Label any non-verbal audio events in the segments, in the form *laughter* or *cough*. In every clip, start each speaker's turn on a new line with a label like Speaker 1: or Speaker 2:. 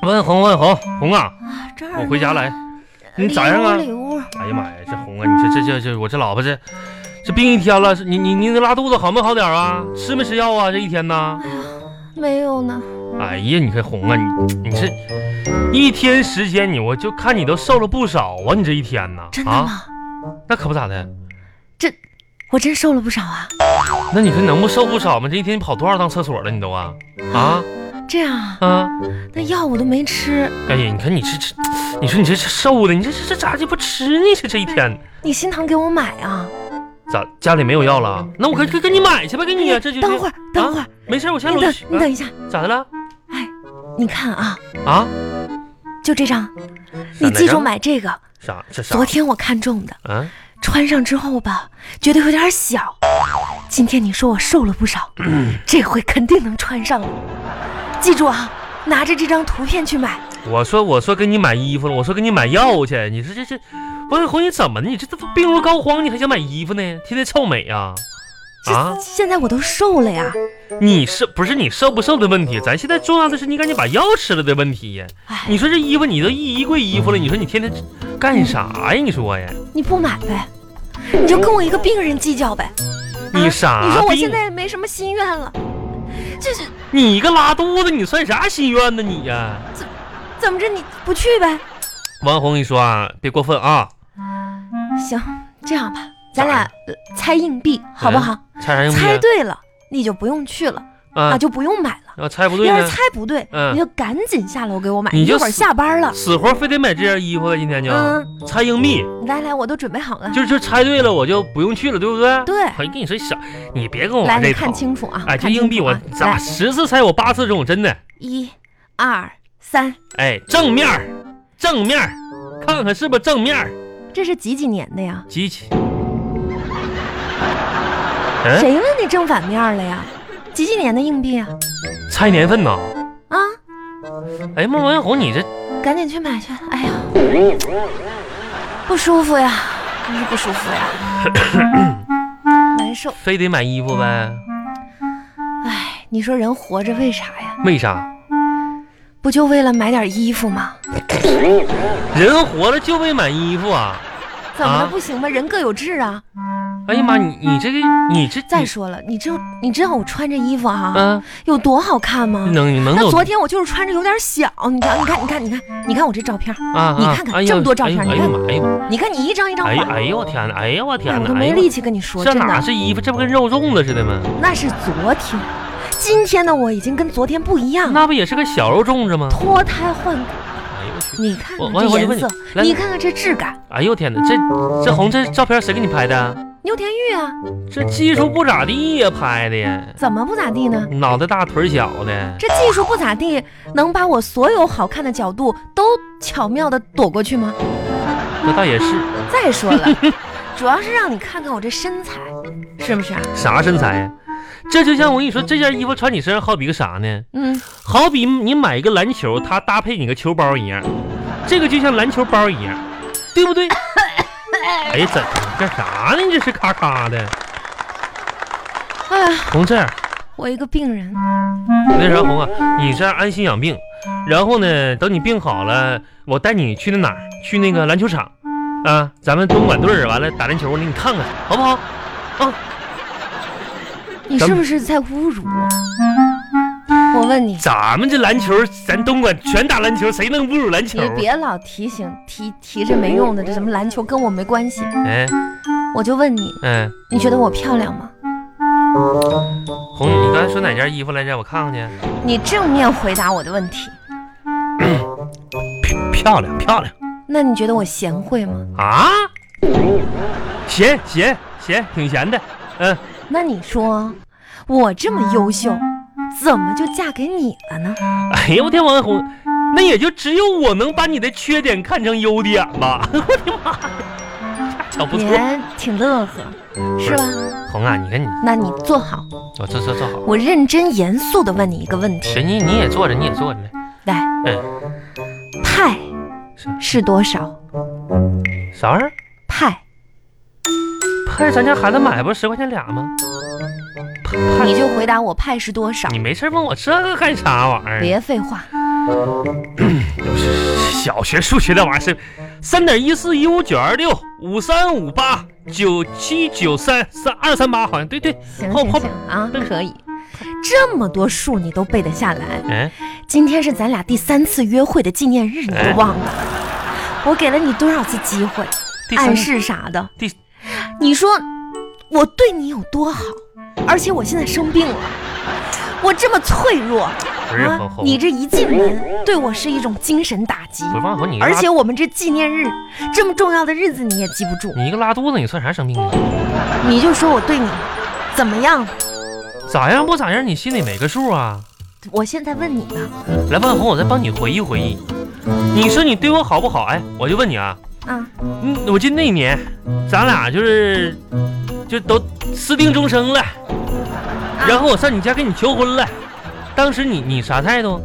Speaker 1: 万红，万红，红啊！
Speaker 2: 啊，这儿
Speaker 1: 我回家来
Speaker 2: 呢。
Speaker 1: 你咋样啊
Speaker 2: 礼物礼物，
Speaker 1: 哎呀妈呀，这红啊，你这这这这，我这老婆这这病一天了，是你你你那拉肚子好没好点啊？吃没吃药啊？这一天呢？
Speaker 2: 哎呀，没有呢。
Speaker 1: 哎呀，你看红啊，你你这一天时间你我就看你都瘦了不少啊，你这一天呢？
Speaker 2: 真的
Speaker 1: 啊，
Speaker 2: 吗？
Speaker 1: 那可不咋的。
Speaker 2: 我真瘦了不少啊。
Speaker 1: 那你说能不瘦不少吗？这一天跑多少趟厕所了？你都啊啊
Speaker 2: 这样啊，
Speaker 1: 啊！
Speaker 2: 那药我都没吃。
Speaker 1: 哎呀，你看你这这，你说你这这瘦的，你这这这咋就不吃呢？这这一天
Speaker 2: 你新堂给我买啊？
Speaker 1: 咋家里没有药了？那我给给给你买去吧，给你啊，这就
Speaker 2: 哎等会儿，等会儿，
Speaker 1: 没事，我下
Speaker 2: 你
Speaker 1: 楼
Speaker 2: 等
Speaker 1: 去。啊
Speaker 2: 你等一下，
Speaker 1: 咋的了？
Speaker 2: 你看啊，
Speaker 1: 啊？
Speaker 2: 就这张，
Speaker 1: 啥
Speaker 2: 你记
Speaker 1: 来
Speaker 2: 住
Speaker 1: 着
Speaker 2: 买这个。
Speaker 1: 啥？这啥
Speaker 2: 昨？天我看中的，
Speaker 1: 嗯、
Speaker 2: 穿上之后吧，觉得有点小。今天你说我瘦了不少，
Speaker 1: 嗯
Speaker 2: 这回肯定能穿上了。记住啊，拿着这张图片去买。
Speaker 1: 我说我说给你买衣服了，我说给你买药去。你说这这，王小红你怎么的？你这都病入膏肓，你还想买衣服呢？天天臭美呀、啊？
Speaker 2: 这现在我都瘦了呀。
Speaker 1: 你是不是你瘦不瘦的问题？咱现在重要的是你赶紧把药吃了的问题呀。
Speaker 2: 哎，嗯
Speaker 1: 你说这衣服你都一衣柜衣服了，你说你天天这干啥呀？你说呀？
Speaker 2: 你不买呗，你就跟我一个病人计较呗。
Speaker 1: 你啥
Speaker 2: 你说我
Speaker 1: 病
Speaker 2: 现在没什么心愿了，就是
Speaker 1: 你一个拉肚子，你算啥心愿呢你呀、
Speaker 2: 怎么着你不去呗？
Speaker 1: 王红，你说啊，别过分啊，
Speaker 2: 行，这样吧，咱
Speaker 1: 咋
Speaker 2: 俩
Speaker 1: 了
Speaker 2: 呃猜硬币好不好？
Speaker 1: 猜啥用
Speaker 2: 猜
Speaker 1: 不
Speaker 2: 对了你就不用去了啊，
Speaker 1: 啊？
Speaker 2: 就不用买了。
Speaker 1: 要猜不对
Speaker 2: 要是
Speaker 1: 呢，
Speaker 2: 猜不对，
Speaker 1: 嗯
Speaker 2: 你就赶紧下楼给我买，
Speaker 1: 你
Speaker 2: 一
Speaker 1: 就
Speaker 2: 会儿
Speaker 1: 死
Speaker 2: 下班了。
Speaker 1: 死活非得买这件衣服啊了，今天就
Speaker 2: 嗯，
Speaker 1: 猜硬币，
Speaker 2: 来来，我都准备好了。
Speaker 1: 就是就猜对了，我就不用去了，对不对？
Speaker 2: 对，
Speaker 1: 哎，跟你说小，你别跟我
Speaker 2: 来，
Speaker 1: 玩
Speaker 2: 你
Speaker 1: 哦这套
Speaker 2: 看。清楚啊！
Speaker 1: 哎，这
Speaker 2: 看清
Speaker 1: 硬币
Speaker 2: 楚
Speaker 1: 我
Speaker 2: 啊
Speaker 1: 咋
Speaker 2: 来
Speaker 1: 十次猜我八次中，真的。
Speaker 2: 一、二、三，
Speaker 1: 哎，正面儿，正面儿，看看是不是正面儿？
Speaker 2: 这是几几年的呀？
Speaker 1: 机器。嗯，
Speaker 2: 谁问你正反面了呀？几几年的硬币啊？
Speaker 1: 猜年份呢？
Speaker 2: 啊，
Speaker 1: 哎妈，王小红，你这
Speaker 2: 赶紧去买去！哎呀，不舒服呀，真是不舒服呀， *coughs* 难受。
Speaker 1: 非得买衣服呗？
Speaker 2: 嗯哎，你说人活着为啥呀？
Speaker 1: 为啥？
Speaker 2: 不就为了买点衣服吗？
Speaker 1: 人活着就为买衣服啊？
Speaker 2: 怎么
Speaker 1: 啊
Speaker 2: 了？不行吗？人各有志啊。
Speaker 1: 哎呀妈，你你这个你这
Speaker 2: 再说了，你知你知道我穿这衣服啊，
Speaker 1: 啊，
Speaker 2: 有多好看吗？
Speaker 1: 能能
Speaker 2: 那
Speaker 1: 走
Speaker 2: 昨天我就是穿着有点小，你瞧，你看，你看，你看，你看我这照片，
Speaker 1: 啊啊！
Speaker 2: 你看看
Speaker 1: 哎呦
Speaker 2: 这么多照片
Speaker 1: 哎
Speaker 2: 你
Speaker 1: 呀
Speaker 2: 看
Speaker 1: 妈，哎呀妈，
Speaker 2: 你看你一张一张
Speaker 1: 哎
Speaker 2: 换
Speaker 1: 呀，哎呀我天哪，哎呀我
Speaker 2: 哎
Speaker 1: 天
Speaker 2: 我都
Speaker 1: 哪，哎
Speaker 2: 没
Speaker 1: 呀
Speaker 2: 力气跟你说，
Speaker 1: 这
Speaker 2: 真
Speaker 1: 哪
Speaker 2: 的，
Speaker 1: 是衣服，这不跟肉粽子似的吗？
Speaker 2: 那是昨天，今天的我已经跟昨天不一样了，
Speaker 1: 那不也是个小肉粽子吗？
Speaker 2: 脱胎换骨。
Speaker 1: 哎呦我去！
Speaker 2: 你看
Speaker 1: 我我
Speaker 2: 看这
Speaker 1: 我就
Speaker 2: 颜
Speaker 1: 问你
Speaker 2: 色，
Speaker 1: 来
Speaker 2: 你看看这质感，
Speaker 1: 哎呦我天哪，这这红这照片谁给你拍的啊？
Speaker 2: 牛田玉啊，
Speaker 1: 这技术不咋地呀，拍的呀，
Speaker 2: 怎么不咋地呢？
Speaker 1: 脑袋大腿小的。
Speaker 2: 这技术不咋地，能把我所有好看的角度都巧妙的躲过去吗？
Speaker 1: 这倒也是，
Speaker 2: 再说
Speaker 1: *laughs*
Speaker 2: 了，主要是让你看看我这身材，是不是、啊？
Speaker 1: 啥身材呀？这就像我跟你说，这件衣服穿你身上好比个啥呢？
Speaker 2: 嗯，
Speaker 1: 好比你买一个篮球，它搭配你个球包一样，这个就像篮球包一样，对
Speaker 2: *laughs*
Speaker 1: 不对？哎呀，怎干啥呢？你这是咔咔的，
Speaker 2: 哎呀，
Speaker 1: 红这样，
Speaker 2: 我一个病人，
Speaker 1: 那啥红啊，你这样安心养病，然后呢，等你病好了，我带你去那哪儿？去那个篮球场，啊，咱们东莞队儿完了打篮球呢，你看看好不好？
Speaker 2: 你
Speaker 1: 咱
Speaker 2: 是
Speaker 1: 们
Speaker 2: 不是在侮辱我？我问你，
Speaker 1: 咱们这篮球，咱东莞全打篮球，谁能侮辱篮球啊
Speaker 2: 你？别老提醒提提这没用的，这什么篮球跟我没关系。
Speaker 1: 哎
Speaker 2: 我就问你，
Speaker 1: 哎，
Speaker 2: 你觉得我漂亮吗？
Speaker 1: 红，你刚才说哪件衣服来着？我看看去。
Speaker 2: 你正面回答我的问题。
Speaker 1: 漂亮，漂亮
Speaker 2: 那你觉得我贤惠吗？
Speaker 1: 啊！闲闲闲，挺闲的。嗯，
Speaker 2: 那你说，我这么优秀，怎么就嫁给你了呢？
Speaker 1: 哎呀，我天，王红，那也就只有我能把你的缺点看成优点吧。 *laughs* 我的妈呀，小不
Speaker 2: 你
Speaker 1: 错。
Speaker 2: 还挺乐呵，是吧？
Speaker 1: 红啊，你看你，
Speaker 2: 那你坐好，
Speaker 1: 我坐坐坐好。
Speaker 2: 我认真严肃地问你一个问题：
Speaker 1: 行，你你也坐着，你也坐着来。
Speaker 2: 来，
Speaker 1: 嗯，
Speaker 2: 派
Speaker 1: 是
Speaker 2: 是多少？
Speaker 1: 啥玩意儿？
Speaker 2: 派，
Speaker 1: 派咱家孩子买不是十块钱俩吗？派派
Speaker 2: 你就回答我派是多少
Speaker 1: 嗯你？没事问我这个干啥玩意儿？啊
Speaker 2: 别废话，
Speaker 1: 小学数学那玩意儿是三点一四一五九二六五三五八九七九三三二三八，好像对对。
Speaker 2: 行
Speaker 1: 后
Speaker 2: 行
Speaker 1: 后
Speaker 2: 行啊，可以。这么多数你都背得下来？
Speaker 1: 嗯，
Speaker 2: 今天是咱俩第三次约会的纪念日，你
Speaker 1: 哎
Speaker 2: 都忘了？我给了你多少次机会，
Speaker 1: 第三
Speaker 2: 暗示啥的？
Speaker 1: 第
Speaker 2: 你说我对你有多好？而且我现在生病了，我这么脆弱
Speaker 1: 不是后
Speaker 2: 啊！
Speaker 1: 后
Speaker 2: 你这一进门对我是一种精神打击，
Speaker 1: 不是王好你一个
Speaker 2: 而
Speaker 1: 拉
Speaker 2: 且我们这纪念日这么重要的日子你也记不住，
Speaker 1: 你一个拉肚子，你算啥生病啊？
Speaker 2: 你就说我对你怎么样？
Speaker 1: 咋样不咋样，你心里没个数啊。
Speaker 2: 我现在问你呢
Speaker 1: 来，万红，我再帮你回忆回忆。你说你对我好不好？哎，我就问你啊，
Speaker 2: 啊，
Speaker 1: 嗯，我记得那年，咱俩就是就都私定终生了，
Speaker 2: 啊
Speaker 1: 然后我上你家跟你求婚了，当时你你啥态度？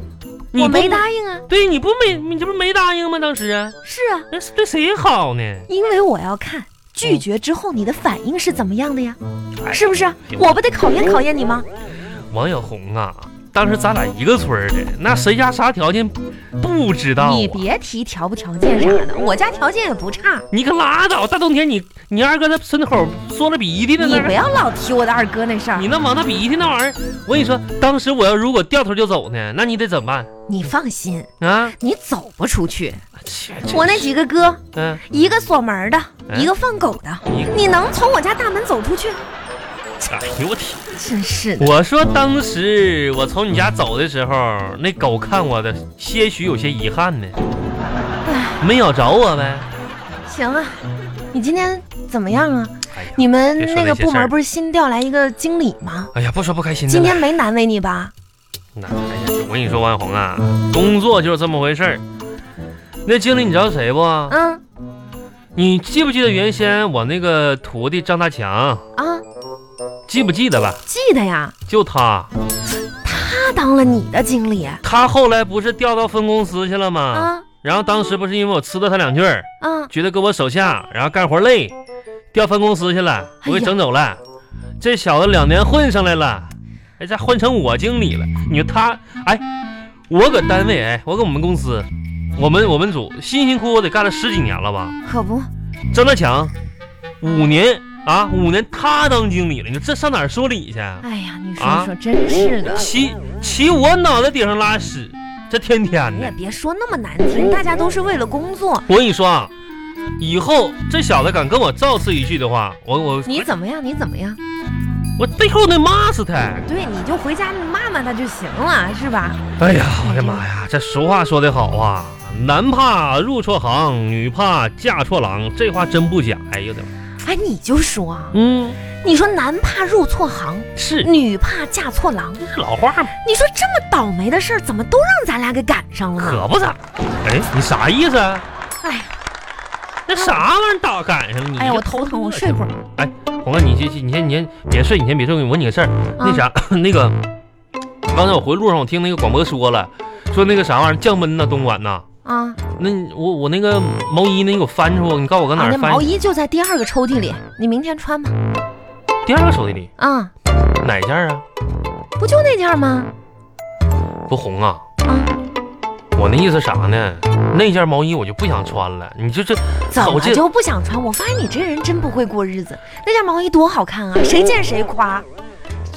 Speaker 1: 你
Speaker 2: 我
Speaker 1: 不
Speaker 2: 没答应啊，
Speaker 1: 对，你不没你这不没答应吗？当时啊，
Speaker 2: 是啊，
Speaker 1: 那是对谁好呢？
Speaker 2: 因为我要看拒绝之后你的反应是怎么样的呀，
Speaker 1: 哎
Speaker 2: 是不是？我不得考验考验你吗？
Speaker 1: 王小红啊，当时咱俩一个村儿的，那谁家啥条件不知道、啊？
Speaker 2: 你别提条不条件啥的，我家条件也不差。
Speaker 1: 你可拉倒！大冬天你你二哥在村口缩了鼻涕呢，
Speaker 2: 你
Speaker 1: 那
Speaker 2: 不要老提我的二哥那事儿
Speaker 1: 你，那往那鼻涕那玩意儿，我跟你说，当时我要如果掉头就走呢，那你得怎么办
Speaker 2: 你放心，
Speaker 1: 啊？
Speaker 2: 你走不出去。
Speaker 1: 切
Speaker 2: 我那几个哥，
Speaker 1: 嗯，
Speaker 2: 一个锁门的，
Speaker 1: 嗯
Speaker 2: 哎一个放狗的，
Speaker 1: 你
Speaker 2: 你能从我家大门走出去？
Speaker 1: 哎呦我天！
Speaker 2: 真是的，
Speaker 1: 我说当时我从你家走的时候，那狗看我的，些许有些遗憾呢，没咬着我呗。
Speaker 2: *laughs* 行啊，你今天怎么样啊？
Speaker 1: 哎呀，
Speaker 2: 你们
Speaker 1: 别说
Speaker 2: 那
Speaker 1: 那
Speaker 2: 个
Speaker 1: 些
Speaker 2: 部
Speaker 1: 事儿
Speaker 2: 门不是新调来一个经理吗？
Speaker 1: 哎呀，不说不开心的
Speaker 2: 今
Speaker 1: 了。
Speaker 2: 天没难为你吧？
Speaker 1: 那哎呀，我跟你说，万红啊，工作就是这么回事儿。那经理，你知道谁不？
Speaker 2: 嗯
Speaker 1: 你记不记得原先我那个徒弟张大强？
Speaker 2: 啊，
Speaker 1: 记不记得吧？
Speaker 2: 记得呀，
Speaker 1: 就他，
Speaker 2: 他当了你的经理啊
Speaker 1: 他后来不是调到分公司去了吗？
Speaker 2: 啊
Speaker 1: 然后当时不是因为我呲了他两句儿，
Speaker 2: 啊！
Speaker 1: 觉得搁我手下，然后干活累，调分公司去了，我给
Speaker 2: 哎呀
Speaker 1: 整走了。这小子两年混上来了，哎，这混成我经理了。你说他，哎，我搁单位，哎，我搁我们公司，我们我们组辛辛苦苦得干了十几年了吧？
Speaker 2: 可不，
Speaker 1: 张大强，五年啊，五年他当经理了，你说这上哪儿说理去？
Speaker 2: 哎呀，你
Speaker 1: 啊
Speaker 2: 说说，真是的。
Speaker 1: 骑骑我脑袋顶上拉屎，这天天
Speaker 2: 你也
Speaker 1: 的。
Speaker 2: 别说那么难听，大家都是为了工作。
Speaker 1: 我跟你说啊，以后这小子敢跟我造次一句的话，我我
Speaker 2: 你怎么样？你怎么样？
Speaker 1: 我背后得骂死他！
Speaker 2: 对，你就回家骂骂他就行了，是吧？
Speaker 1: 哎呀，我的妈呀！这俗话说得好啊，男怕入错行，女怕嫁错郎，这话真不假。哎呦我的妈！
Speaker 2: 哎，你就说啊，
Speaker 1: 嗯，
Speaker 2: 你说男怕入错行，
Speaker 1: 是
Speaker 2: 女怕嫁错郎，
Speaker 1: 这是老话嘛，
Speaker 2: 你说这么倒霉的事儿，怎么都让咱俩给赶上了呢？
Speaker 1: 可不咋。哎，你啥意思啊？
Speaker 2: 哎呀，
Speaker 1: 那啥玩意儿打赶上了你？
Speaker 2: 哎呀，我头疼，我睡会儿。
Speaker 1: 哎，红哥，你先，你先，你先别睡，你先别睡。我问你个事
Speaker 2: 嗯
Speaker 1: 儿，
Speaker 2: 啊
Speaker 1: 那啥， *laughs* 那个，刚才我回路上我听那个广播说了，说那个啥玩意儿降温呢，东莞呐。
Speaker 2: 啊
Speaker 1: 那你我我那个毛衣呢，你给我翻出来，你告诉我搁哪
Speaker 2: 啊，那
Speaker 1: 儿翻
Speaker 2: 毛？衣就在第二个抽屉里，你明天穿吧。
Speaker 1: 第二个手机里
Speaker 2: 啊，
Speaker 1: 哪件儿啊？
Speaker 2: 不就那件吗？
Speaker 1: 不红啊？
Speaker 2: 啊，
Speaker 1: 我那意思啥呢？那件毛衣我就不想穿了，你就这
Speaker 2: 怎
Speaker 1: 我
Speaker 2: 么
Speaker 1: 这
Speaker 2: 就不想穿？我发现你这人真不会过日子。那件毛衣多好看啊，谁见谁夸，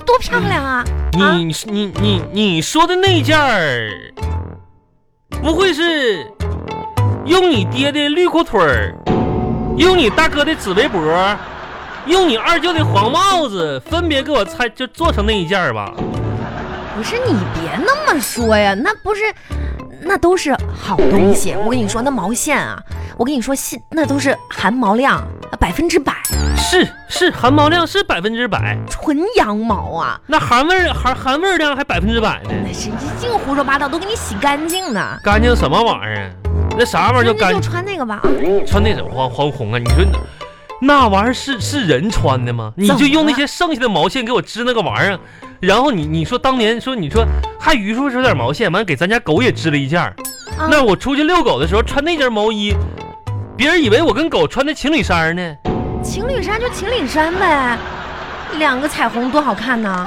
Speaker 2: 多漂亮啊！啊
Speaker 1: 你你你你说的那件儿，不会是用你爹的绿裤腿儿，用你大哥的紫围脖，用你二舅的黄帽子，分别给我拆就做成那一件儿吧？
Speaker 2: 不是你别那么说呀，那不是，那都是好东西。我跟你说，那毛线啊，我跟你说，线那都是含毛量百分之百
Speaker 1: 是是，含毛量是百分之百，
Speaker 2: 纯羊毛啊，
Speaker 1: 那含味儿含含味儿量还百分之百呢，
Speaker 2: 那是一净胡说八道，都给你洗干净呢。
Speaker 1: 干净什么玩意儿？啊那啥玩意
Speaker 2: 那
Speaker 1: 儿叫
Speaker 2: 就
Speaker 1: 干净？
Speaker 2: 穿那个吧
Speaker 1: 穿那种黄黄红啊？你说那那玩意儿是是人穿的吗？你
Speaker 2: 怎么
Speaker 1: 就用那
Speaker 2: 了
Speaker 1: 些剩下的毛线给我织那个玩意儿，啊然后你你说当年说你说还余数有点毛线，完给咱家狗也织了一件儿。
Speaker 2: 啊
Speaker 1: 那我出去遛狗的时候穿那件毛衣，别人以为我跟狗穿的情侣衫呢。
Speaker 2: 啊，情侣衫就情侣衫呗，两个彩虹多好看呢。